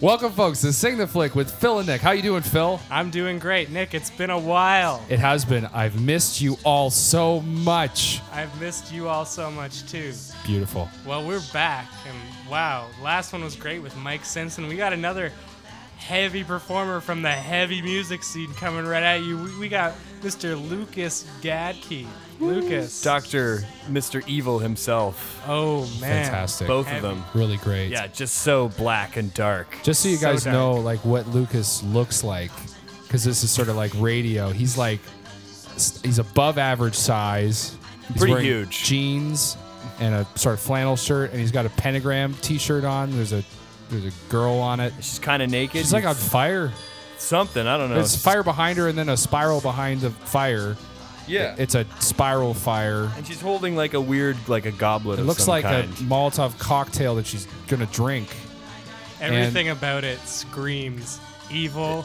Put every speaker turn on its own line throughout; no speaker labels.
Welcome, folks, to Sing the Flick with Phil and Nick. How you doing, Phil?
I'm doing great, Nick. It's been a while.
It has been. I've missed you all so much.
I've missed you all so much too.
Beautiful.
Well, we're back, and wow, last one was great with Mike Simpson. We got another heavy performer from the heavy music scene coming right at you. We, we got Mr. Lucas Gadke. Lucas.
Dr. Mr. Evil himself.
oh man.
Fantastic.
Both
Heavy.
of them.
Really great.
Yeah, just so black and dark.
Just so you
So
guys
dark.
know, like what Lucas looks like, because this is sort of like radio. He's like, s- he's above average size. He's
Pretty
wearing
huge.
Jeans and a sort of flannel shirt, and he's got a pentagram T-shirt on. There's a there's a girl on it.
She's kind of naked.
She's like on fire.
something. I don't know.
There's fire behind her, and then a spiral behind the fire.
Yeah.
It's a spiral fire.
and she's holding like a weird, like a goblet.
It
of
looks
some
like
kind.
a Molotov cocktail that she's gonna drink.
Everything about it screams evil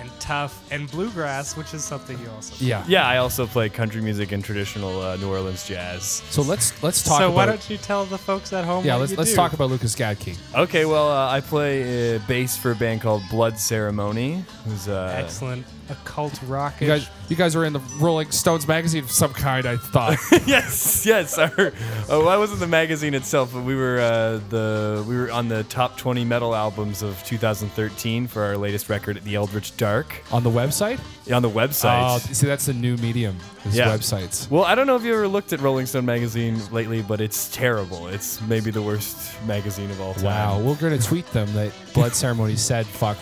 and tough and bluegrass, which is something you also.
Yeah.
Yeah, I also play country music and traditional uh, New Orleans jazz.
So let's let's talk.
so
about
why don't you tell the folks at home?
yeah,
what
let's
you
let's
do?
talk about Lucas Gadke.
Okay, well, uh, I play uh, bass for a band called Blood Ceremony, who's uh,
excellent occult rock.
You guys, you guys are in the Rolling Stones magazine of some kind. I thought.
yes, yes. Our, oh, I wasn't the magazine itself, but we were uh, the we were on the top 20 metal albums of 2013 for our latest record, The Eldritch Dark,
On the website?
on the
Oh,
website.
see, that's the new medium. Is
Yeah.
websites.
well, I don't know if you ever looked at Rolling Stone magazine lately, but it's terrible. It's maybe the worst magazine of all time.
Wow, we're gonna tweet them that blood ceremony said fuck.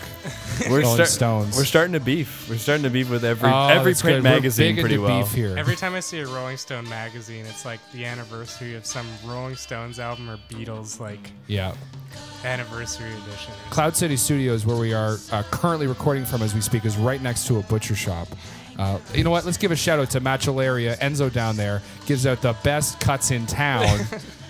we're
Rolling
star-
Stones.
We're starting to beef. We're starting to beef with every
Oh,
every
that's good.
print
We're
magazine
big
pretty
into
well.
Beef here.
Every time I see a Rolling Stone magazine, it's like the anniversary of some Rolling Stones album or Beatles like
yeah.
anniversary edition. or
Cloud City Studios, where we are uh, currently recording from as we speak, is right next to a butcher shop. Uh, you know what? Let's give a shout out to Machilaria. Enzo down there gives out the best cuts in town,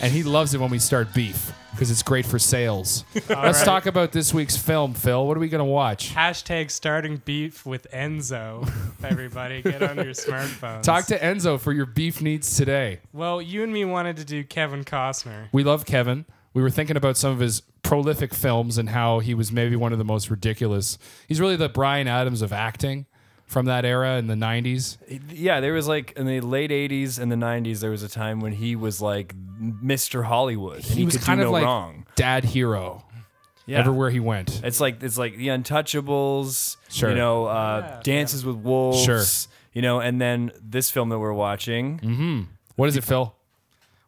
and he loves it when we start beef because it's great for sales. Let's
right.
talk about this week's film, Phil. What are we gonna watch?
Hashtag starting beef with Enzo. Everybody, get on your smartphones.
Talk to Enzo for your beef needs today.
well, you and me wanted to do Kevin Costner.
We love Kevin. We were thinking about some of his prolific films and how he was maybe one of the most ridiculous. He's really the Brian Adams of acting from that era in the 90s.
Yeah, there was like in the late '80s and the '90s, there was a time when he was like Mr. Hollywood. and
He was
could
kind
do
of
no
like
wrong.
dad hero
Yeah.
everywhere he went.
It's like it's like the Untouchables.
Sure.
You know, uh, Dances with Wolves.
Sure. Mm-hmm.
You know, and then this film that we're watching,
What is it, Phil?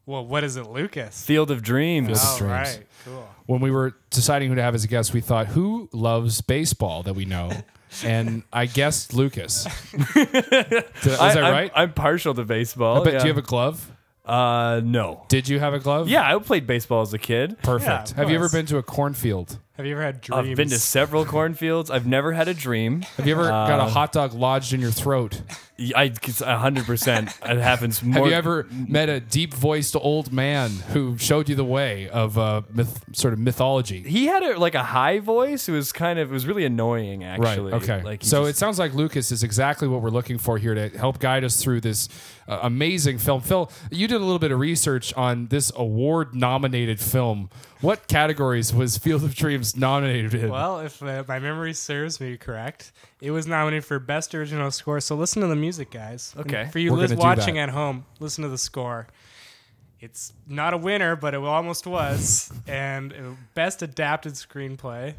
Well, what is it, Lucas?
Field of Dreams.
Field of-
All
Dreams.
right, cool.
When we were deciding who to have as a guest, we thought who loves baseball that we know, and I guessed Lucas. Did- Is
I,
that
I'm-
right?
I'm partial to baseball.
I bet-
yeah.
Do you have a glove?
uh, no.
Did you have a glove?
Yeah, I played baseball as a kid.
Perfect.
Yeah, of
have you ever
course.
been to a cornfield?
Have you ever had dreams?
I've been to several cornfields. I've never had a dream.
Have you ever
Uh,
got a hot dog lodged in your throat?
I, it's 100%. It happens more.
Have you ever met a deep-voiced old man who showed you the way of uh, myth, sort of mythology?
he had a, like a high voice. It was kind of it was really annoying actually.
Right. Okay.
Like he
so
just-
it sounds like Lucas is exactly what we're looking for here to help guide us through this uh, amazing film. Phil, you did a little bit of research on this award-nominated film. What categories was Field of Dreams nominated in?
Well, if uh, my memory serves me correct, it was nominated for Best Original Score. So listen to the music, guys. And
Okay.
for you
We're
lis-
gonna do
watching
that.
at home, listen to the score. It's not a winner, but it almost was. and uh, Best Adapted Screenplay.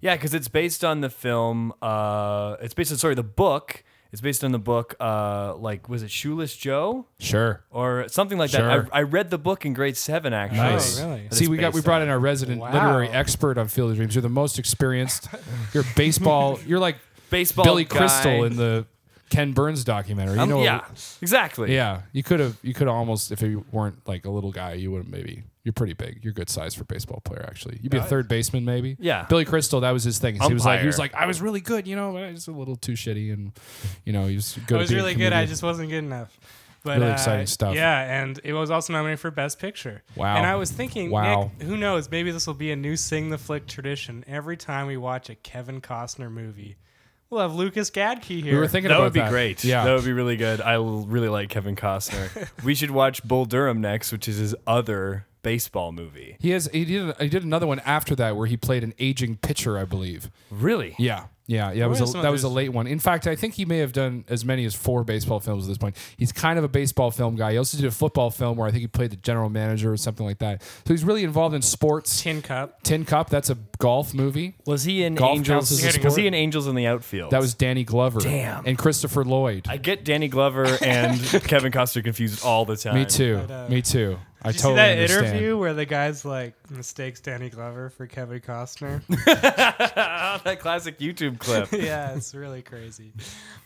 yeah, because it's based on the film. Uh, it's based on sorry the book. It's based on the book. Uh, like was it Shoeless Joe
sure.
or something like
Sure.
that? I, I read the book in grade seven actually.
Nice.
really? That
See,
it's
we got we
based
brought in our resident
Wow.
literary expert on Field of Dreams. You're the most experienced. You're baseball. You're like
Baseball
Billy
guy.
Crystal in the Ken Burns documentary. You
Um,
know,
yeah, exactly.
Yeah, you could have. You could almost, if you weren't like a little guy, you would have maybe. You're pretty big. You're good size for a baseball player, actually. You'd be a third baseman, maybe.
Uh, Yeah.
Billy Crystal, that was his thing. He was like, he was
Umpire.
like, I was really good, you know, but I was a little too shitty, and you know, he was good.
It
at
was
being a
really good. I
comedian.
just wasn't good enough. But,
Really
uh,
exciting stuff.
Yeah, and it was also nominated for Best Picture.
Wow.
And I was thinking,
Wow.
Nick, who knows? Maybe this will be a new Sing the Flick tradition. Every time we watch a Kevin Costner movie, We'll have Lucas Gadke here.
We were thinking
That
about
would be great.
Yeah,
That would be really good. I l- really like Kevin Costner. we should watch Bull Durham next, which is his other baseball movie.
he has. He did. He did another one after that where he played an aging pitcher, I believe.
Really?
Yeah, yeah, yeah. It
are
was a,
some
that was a
others?
late one. In fact, I think he may have done as many as four baseball films at this point. He's kind of a baseball film guy. He also did a football film where I think he played the general manager or something like that. So he's really involved in sports.
Tin Cup.
Tin Cup. That's a golf movie.
Was he in
Golf counts
Angels?
as a
Was
sport?
he in Angels in the Outfield?
That was Danny Glover.
Damn.
And Christopher Lloyd.
I get Danny Glover and Kevin Costner confused all the time.
Me too. Me too. I
Did you
totally
see that
understand.
interview where the guy's like mistakes Danny Glover for Kevin Costner?
that classic YouTube clip.
yeah, it's really crazy.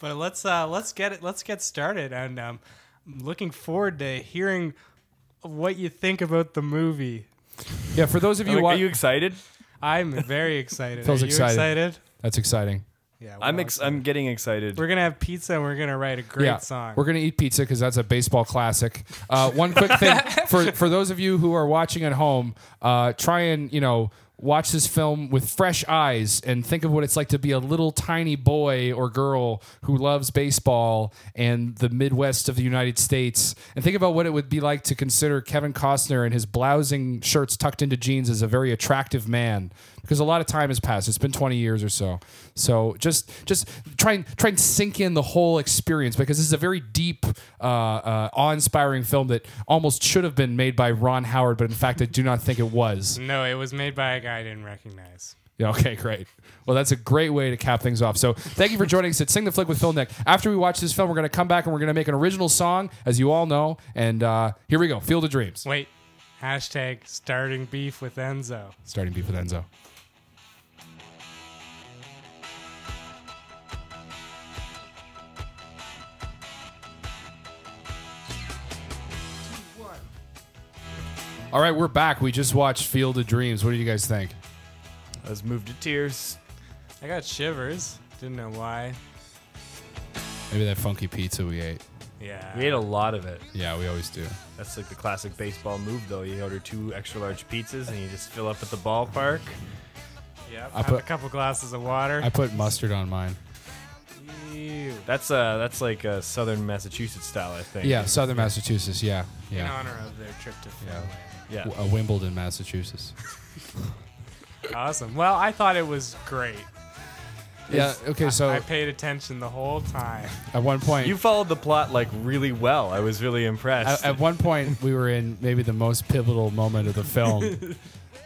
But let's uh, let's get it. Let's get started. And um, I'm looking forward to hearing what you think about the movie.
Yeah, for those of you,
Like,
wa-
are you excited?
I'm very excited.
Phil's
Are you
excited.
excited?
that's exciting.
Yeah, we're
I'm
all
ex- I'm getting excited.
We're gonna have pizza and we're gonna write a great
yeah,
song.
we're gonna eat pizza because that's a baseball classic. Uh, one quick thing for for those of you who are watching at home, uh, try and you know watch this film with fresh eyes and think of what it's like to be a little tiny boy or girl who loves baseball and the Midwest of the United States, and think about what it would be like to consider Kevin Costner and his blousing shirts tucked into jeans as a very attractive man because a lot of time has passed. It's been 20 years or so. So just just try and try and sink in the whole experience because this is a very deep, uh, uh, awe-inspiring film that almost should have been made by Ron Howard, but in fact, I do not think it was.
no, it was made by a guy I didn't recognize.
Yeah, okay, great. Well, that's a great way to cap things off. So thank you for joining us at Sing the Flick with Phil Nick. After we watch this film, we're going to come back and we're going to make an original song, as you all know. And uh, here we go, Field of Dreams,
Wait, hashtag starting beef with Enzo.
starting beef with Enzo. All right, we're back. We just watched Field of Dreams. What do you guys think?
I was moved to tears.
I got shivers. Didn't know why.
Maybe that funky pizza we ate.
Yeah.
We ate a lot of it.
Yeah, we always do.
That's like the classic baseball move, though. You order two extra large pizzas and you just fill up at the ballpark.
Yep.
I
Have
put-
a couple glasses of water.
I put mustard on mine.
Ew.
That's uh, that's like uh, Southern Massachusetts style, I think.
Yeah, Southern Massachusetts. Yeah,
In
yeah.
honor of their trip to Finland.
Yeah.
W- uh, Wimbledon, Massachusetts.
Awesome. Well, I thought it was great.
Yeah. Okay. So
I paid attention the whole time.
at one point,
You followed the plot like really well. I was really impressed. Uh,
at, at one point we were in maybe the most pivotal moment of the film.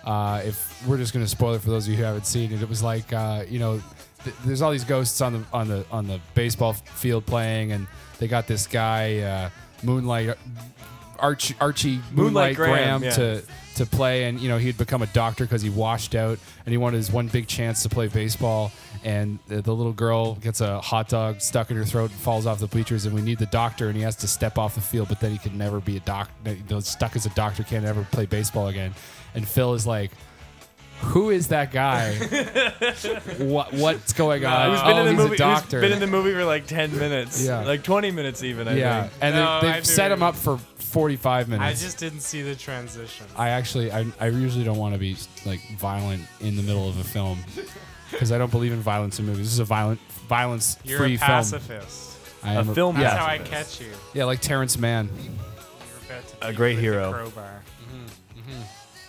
Uh, if we're just going to spoil it for those of you who haven't seen it, it was like uh, you know, th- there's all these ghosts on the on the on the baseball f- field playing, and they got this guy uh, Moonlight Archie Archie Moonlight,
Moonlight
Graham,
Graham, yeah.
to to play, and you know he had become a doctor because he washed out, and he wanted his one big chance to play baseball. And the, the little girl gets a hot dog stuck in her throat and falls off the bleachers, and we need the doctor, and he has to step off the field, but then he can never be a doc. You know, stuck as a doctor, can't ever play baseball again. And Phil is like. Who is that guy? what what's going on?
Who's been
oh,
in the
he's
movie?
a doctor.
Who's been in the movie for like ten minutes?
Yeah.
Like twenty minutes even. I
yeah,
think.
and
No,
they,
I
they've set
do.
him up for forty-five minutes.
I just didn't see the transition.
I actually, I, I usually don't want to be like violent in the middle of a film because I don't believe in violence in movies. This is a violent,
You're
violence-free film.
a pacifist.
I
A
am
film
That's
yeah,
how I
Pacifist.
catch you.
yeah, like Terrence Mann.
You're about to
A
beat
great
with the
hero.
crowbar. Mm-hmm.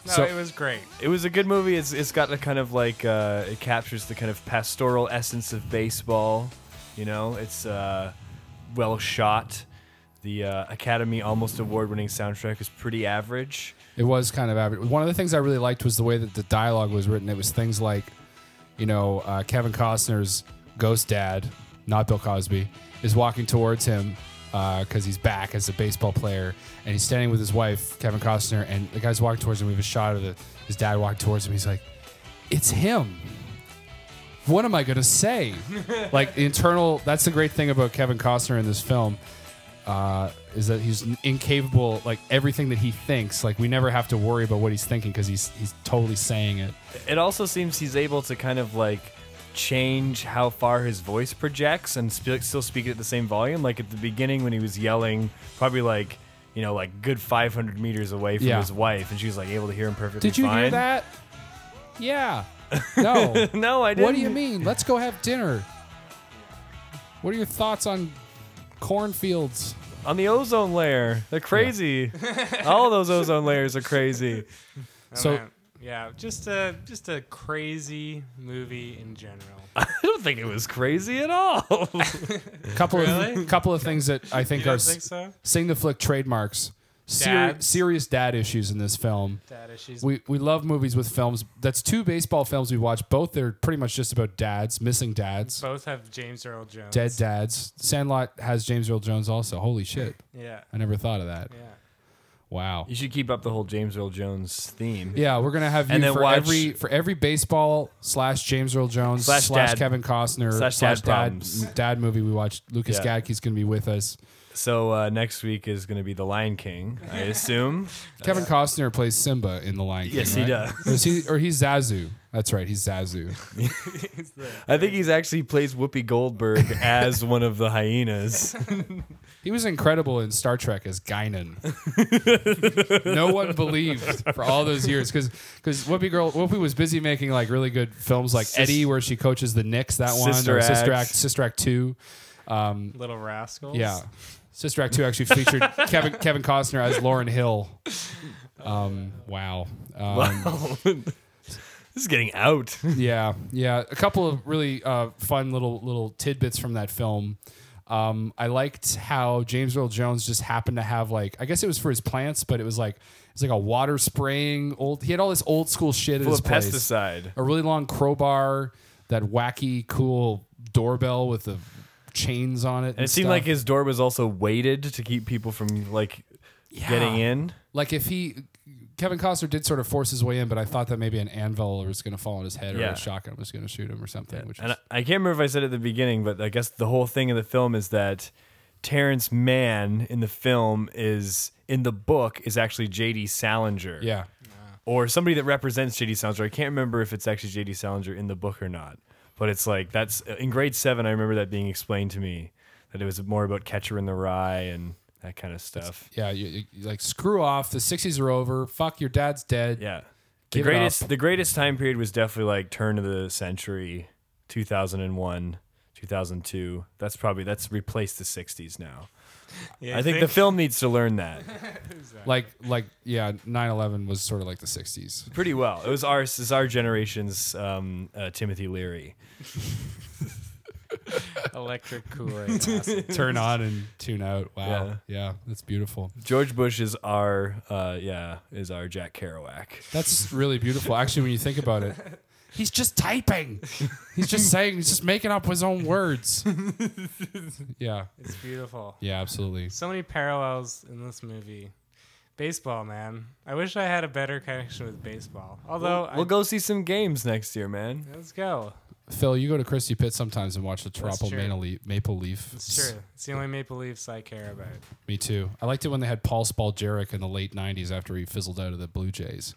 No,
So-
it was great.
It was a good movie. It's it's got a kind of like uh, it captures the kind of pastoral essence of baseball. You know, it's uh, well shot. The uh, Academy almost award-winning soundtrack is pretty average.
It was kind of average. One of the things I really liked was the way that the dialogue was written. It was things like, you know, uh, Kevin Costner's ghost dad, not Bill Cosby, is walking towards him because he's back as a baseball player, and he's standing with his wife, Kevin Costner, and the guy's walking towards him. We have a shot of the, his dad walking towards him. He's like, "It's him." What am I gonna say? like the internal. That's the great thing about Kevin Costner in this film uh, is that he's incapable like everything that he thinks like we never have to worry about what he's thinking because he's he's totally saying it
It also seems he's able to kind of like change how far his voice projects and sp- still speak at the same volume. Like at the beginning when he was yelling, probably like you know like good 500 meters away from
Yeah.
his wife, and she was like able to hear him perfectly.
did you hear
fine.
that yeah no
No, I didn't.
what do you mean let's go have dinner What are your thoughts on cornfields?
on the ozone layer. They're crazy. All those ozone layers are crazy.
Oh,
So-
man. yeah, just a just a crazy movie in general.
I don't think it was crazy at all.
Couple
Really?
of couple of things that I think
You
are
don't think so?
Sing the Flick trademarks. Ser-
Dads.
serious dad issues in this film.
That issues.
We, we love movies with films. That's two baseball films we watched. Both they're pretty much just about dads, missing dads,
both have James Earl Jones.
dead dads. Sandlot has James Earl Jones also. Holy shit!
Yeah.
I never thought of that.
Yeah.
Wow.
You should keep up the whole James Earl Jones theme.
Yeah, we're gonna have you
And then
for
watch-
every for every baseball slash James Earl Jones slash,
Slash dad.
Kevin Costner
Slash
slash,
dad
dad
problems.
dad, movie we watched. Lucas
Yeah.
Gadke's gonna be with us.
So uh, next week is going to be The Lion King, I assume.
Kevin Costner plays Simba in The Lion King.
Yes, he
right?
does.
Or, is he, or he's Zazu. That's right, he's Zazu.
I think he's actually plays Whoopi Goldberg as one of the hyenas.
He was incredible in Star Trek as Guinan. no one believed for all those years because because Whoopi girl Whoopi was busy making like really good films like
Sis-
Eddie where she coaches the Knicks that one
Sister
or Sister
Act.
Act Sister Act two. Um,
Little Rascals.
Yeah. Sister Act 2 actually featured Kevin Kevin Costner as Lauren Hill. Um, wow. Um,
this is getting out.
yeah. Yeah. A couple of really uh, fun little little tidbits from that film. Um, I liked how James Earl Jones just happened to have like I guess it was for his plants, but it was like it's like a water spraying old he had all this old school shit in
Full
his
of
place.
pesticide.
A really long crowbar, that wacky cool doorbell with the chains on it. And,
And it seemed
stuff.
like his door was also weighted to keep people from like getting in.
like if he Kevin Costner did sort of force his way in, but I thought that maybe an anvil was going to fall on his head or
Yeah.
a shotgun was going to shoot him or something. Which
And
is,
I, I can't remember if I said it at the beginning, but I guess the whole thing of the film is that Terrence Mann in the film is in the book is actually J.D. Salinger.
yeah,
Or somebody that represents J.D. Salinger. I can't remember if it's actually J.D. Salinger in the book or not. But it's like that's in grade seven. I remember that being explained to me that it was more about Catcher in the Rye and that kind of stuff.
yeah, you, you- you like screw off. The sixties are over. Fuck your dad's dead.
Yeah. The
Give it up.
greatest the greatest time period was definitely like turn of the century, 2001, 2002. That's probably that's replaced the 60s now.
Yeah,
I think, the film needs to learn that
Like like yeah, 9-11 was sort of like the sixties.
pretty well. It was our it's our generation's um, uh, Timothy Leary.
Electric Kool-Aid.
Turn on and tune out. Wow. Yeah,
Yeah.
that's beautiful.
George Bush is our uh, yeah, is our Jack Kerouac.
That's really beautiful. Actually, when you think about it. He's just typing. He's just saying. He's just making up his own words. Yeah,
it's beautiful.
yeah, absolutely.
So many parallels in this movie. Baseball, man. I wish I had a better connection with baseball. Although,
We'll go see some games next year, man.
I, let's go.
Phil, you go to Christie Pitt sometimes and watch the Toronto
true.
Maple Leaf. Maple Leaf.
It's true. It's the only Maple Leafs I care about.
Me too. I liked it when they had Paul Spaljarek in the late '90s after he fizzled out of the Blue Jays.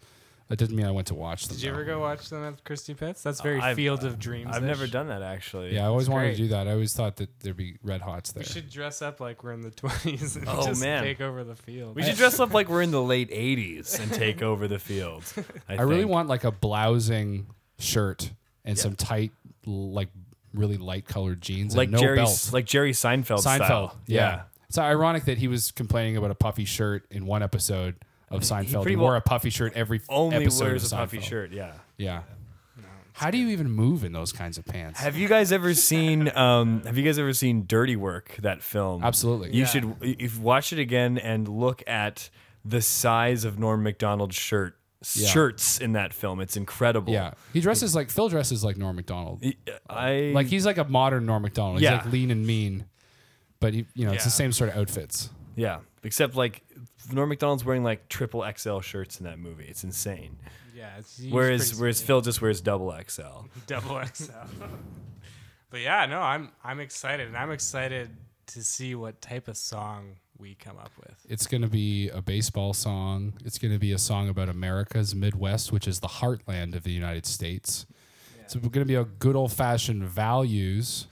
That didn't mean I went to watch them.
Did you
though.
ever go watch them at Christie Pitts? That's very
I've-
Field of Dreams.
I've never done that actually.
Yeah, I always
It's
wanted
great.
to do that. I always thought that there'd be red hots there.
We should dress up like we're in the 20s and
Oh,
just
man.
take over the field.
We should dress up like we're in the late 80s and take over the field. I,
I really
think.
want like a blousing shirt and some tight, l- like really light colored jeans,
like
and no
Jerry,
belt.
like Jerry Seinfeld.
Seinfeld.
style.
Yeah. It's ironic that he was complaining about a puffy shirt in one episode of Seinfeld. He,
pretty
wore
well
a puffy shirt every
only
episode of
wears a puffy
Seinfeld.
shirt. Yeah.
Yeah. How do you even move in those kinds of pants?
Have you guys ever seen? Um, have you guys ever seen Dirty Work? That film.
Absolutely.
You
Yeah.
should if watch it again and look at the size of Norm Macdonald's shirt shirts in that film. It's incredible.
yeah. He dresses like Phil dresses like Norm Macdonald.
I
Like he's like a modern Norm Macdonald. He's
Yeah.
like lean and mean. But he, you know, it's the
Yeah.
same sort of outfits.
yeah. Except like Norm Macdonald's wearing like triple XL shirts in that movie. It's insane.
yeah. It's, he's
Whereas
pretty
whereas Phil just wears double XL.
double XL. but yeah, no, I'm I'm excited, and I'm excited to see what type of song we come up with.
It's going to be a baseball song. It's going to be a song about America's Midwest, which is the heartland of the United States. It's going to be a good old fashioned values.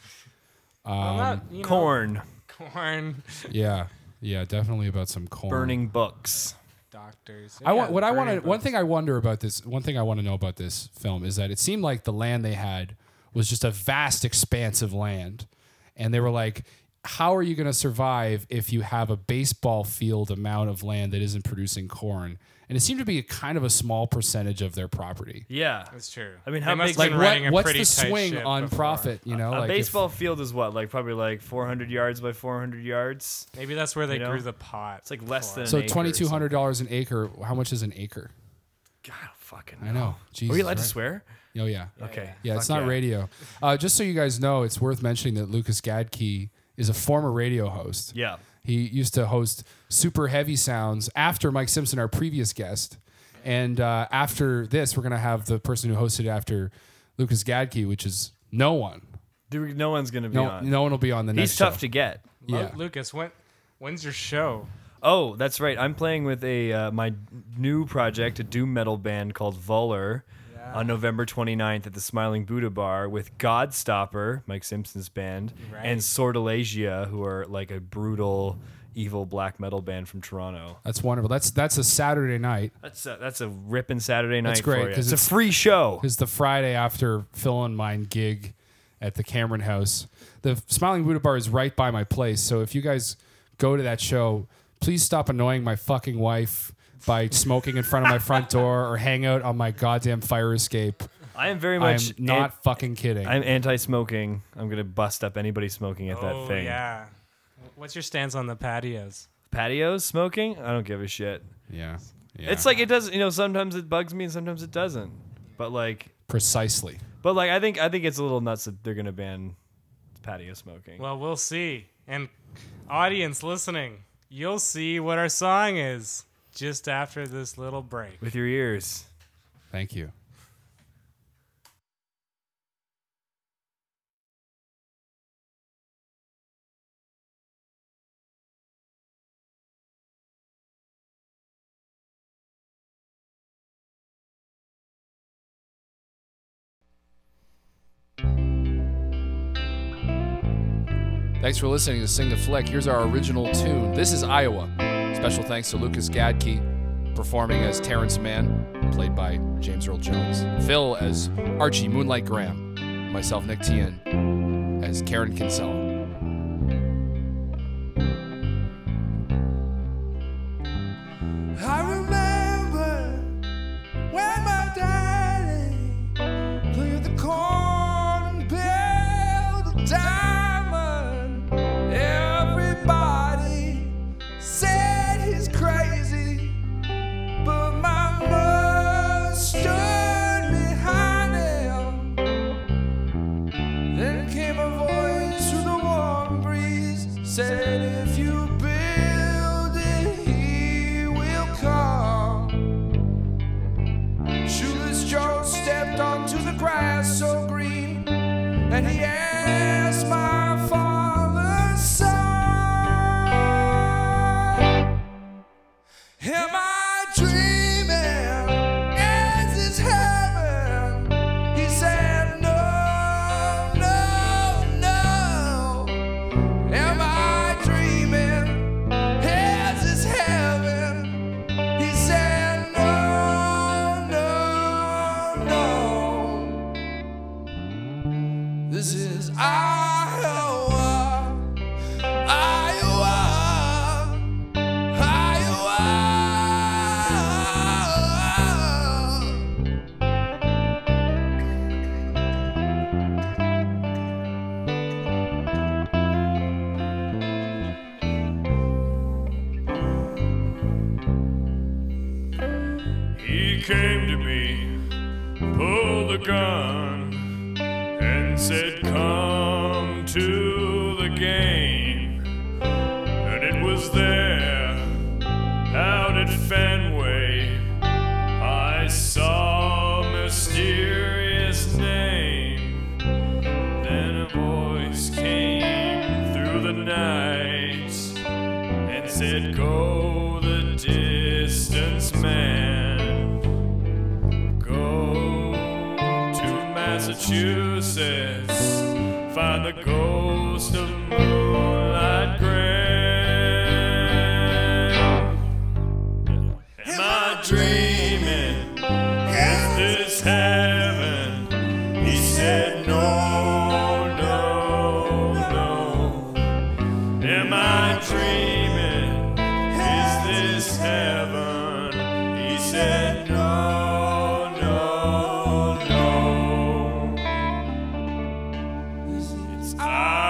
Well,
Um,
not, you know,
Corn
corn,
Yeah. Yeah. Definitely about some corn.
burning books.
doctors.
I want what I want
wanted.
to. One thing I wonder about this. One thing I want to know about this film is that it seemed like the land they had was just a vast expanse of land, and they were like, "How are you going to survive if you have a baseball field amount of land that isn't producing corn?" And it seemed to be a kind of a small percentage of their property.
Yeah,
That's true.
I mean,
They
how
must
Like,
have
big- Like,
been
what-
running a
what's
pretty
the
tight
swing
ship
on
before.
profit? You know,
a
like if-
baseball field is what, like probably like 400 yards by 400 yards.
Maybe that's where they
You know?
grew the pot.
It's like less
for.
than.
so
an acre or
twenty two hundred dollars an acre. How much is an acre?
something. God, fucking.
I know. Jesus,
Are we allowed to
right.
swear?
Oh yeah.
Okay.
Yeah, it's
Fuck
not radio. Uh, just so you guys know, it's worth mentioning that Lucas Gadke is a former radio host.
Yeah.
He used to host Super Heavy Sounds after Mike Simpson, our previous guest. And uh, after this, we're going to have the person who hosted after Lucas Gadke, which is no one.
Dude, no one's gonna be
No,
on.
no one will be on the next
He's tough
show.
to get.
Lu-
Yeah.
Oh, Lucas, when when's your show?
Oh, that's right. I'm playing with a uh, my new project, a doom metal band called Voller, on November 29th at the Smiling Buddha Bar with Godstopper, Mike Simpson's band, and Sortilegia, who are like a brutal, evil black metal band from Toronto.
That's wonderful. That's that's a Saturday night.
That's a, that's a ripping Saturday night
great,
for you.
'cause
It's a
it's-
free show.
It's the Friday after Phil and mine gig at the Cameron House. The Smiling Buddha Bar is right by my place, so if you guys go to that show, please stop annoying my fucking wife by smoking in front of my front door or hang out on my goddamn fire escape.
I am very
I'm
much
not
an-
fucking kidding.
I'm anti-smoking. I'm gonna bust up anybody smoking at
oh
that thing.
yeah. What's your stance on the patios?
Patios smoking? I don't give a shit.
yeah. yeah.
It's like it doesn't. You know, sometimes it bugs me and sometimes it doesn't. But like,
precisely.
but like, I think I think it's a little nuts that they're gonna ban patio smoking.
Well, we'll see. And audience listening, you'll see what our song is just after this little break.
With your ears.
Thank you. Thanks for listening to Sing the Flick. Here's our original tune. This is Iowa. Special thanks to Lucas Gadke performing as Terrence Mann, played by James Earl Jones. Phil as Archie Moonlight Graham. Myself, Nick Tien, as Karen Kinsella.
I remember when my daddy cleared the corn and built a diamond. Everybody said he's crazy, but my mother stood behind him. Then came a voice through the warm breeze, said, If you build it, he will come. Shoeless Joe stepped onto the grass so green, and he asked my father's son. Am I dreaming? Is this heaven? He said, No, no, no. Am I dreaming? Is this heaven? He said, No, no, no. This is Iowa, Iowa. Iowa.
He came to me, pulled the gun, and said, Come to the game. And it was there, out at Fenway, I saw a mysterious name. Then a voice came through the night and said, Go the distance, man. Go to Massachusetts, find the ghost of Moonlight Graham. Am I dreaming? Is this heaven? He said, No, no, no. It's our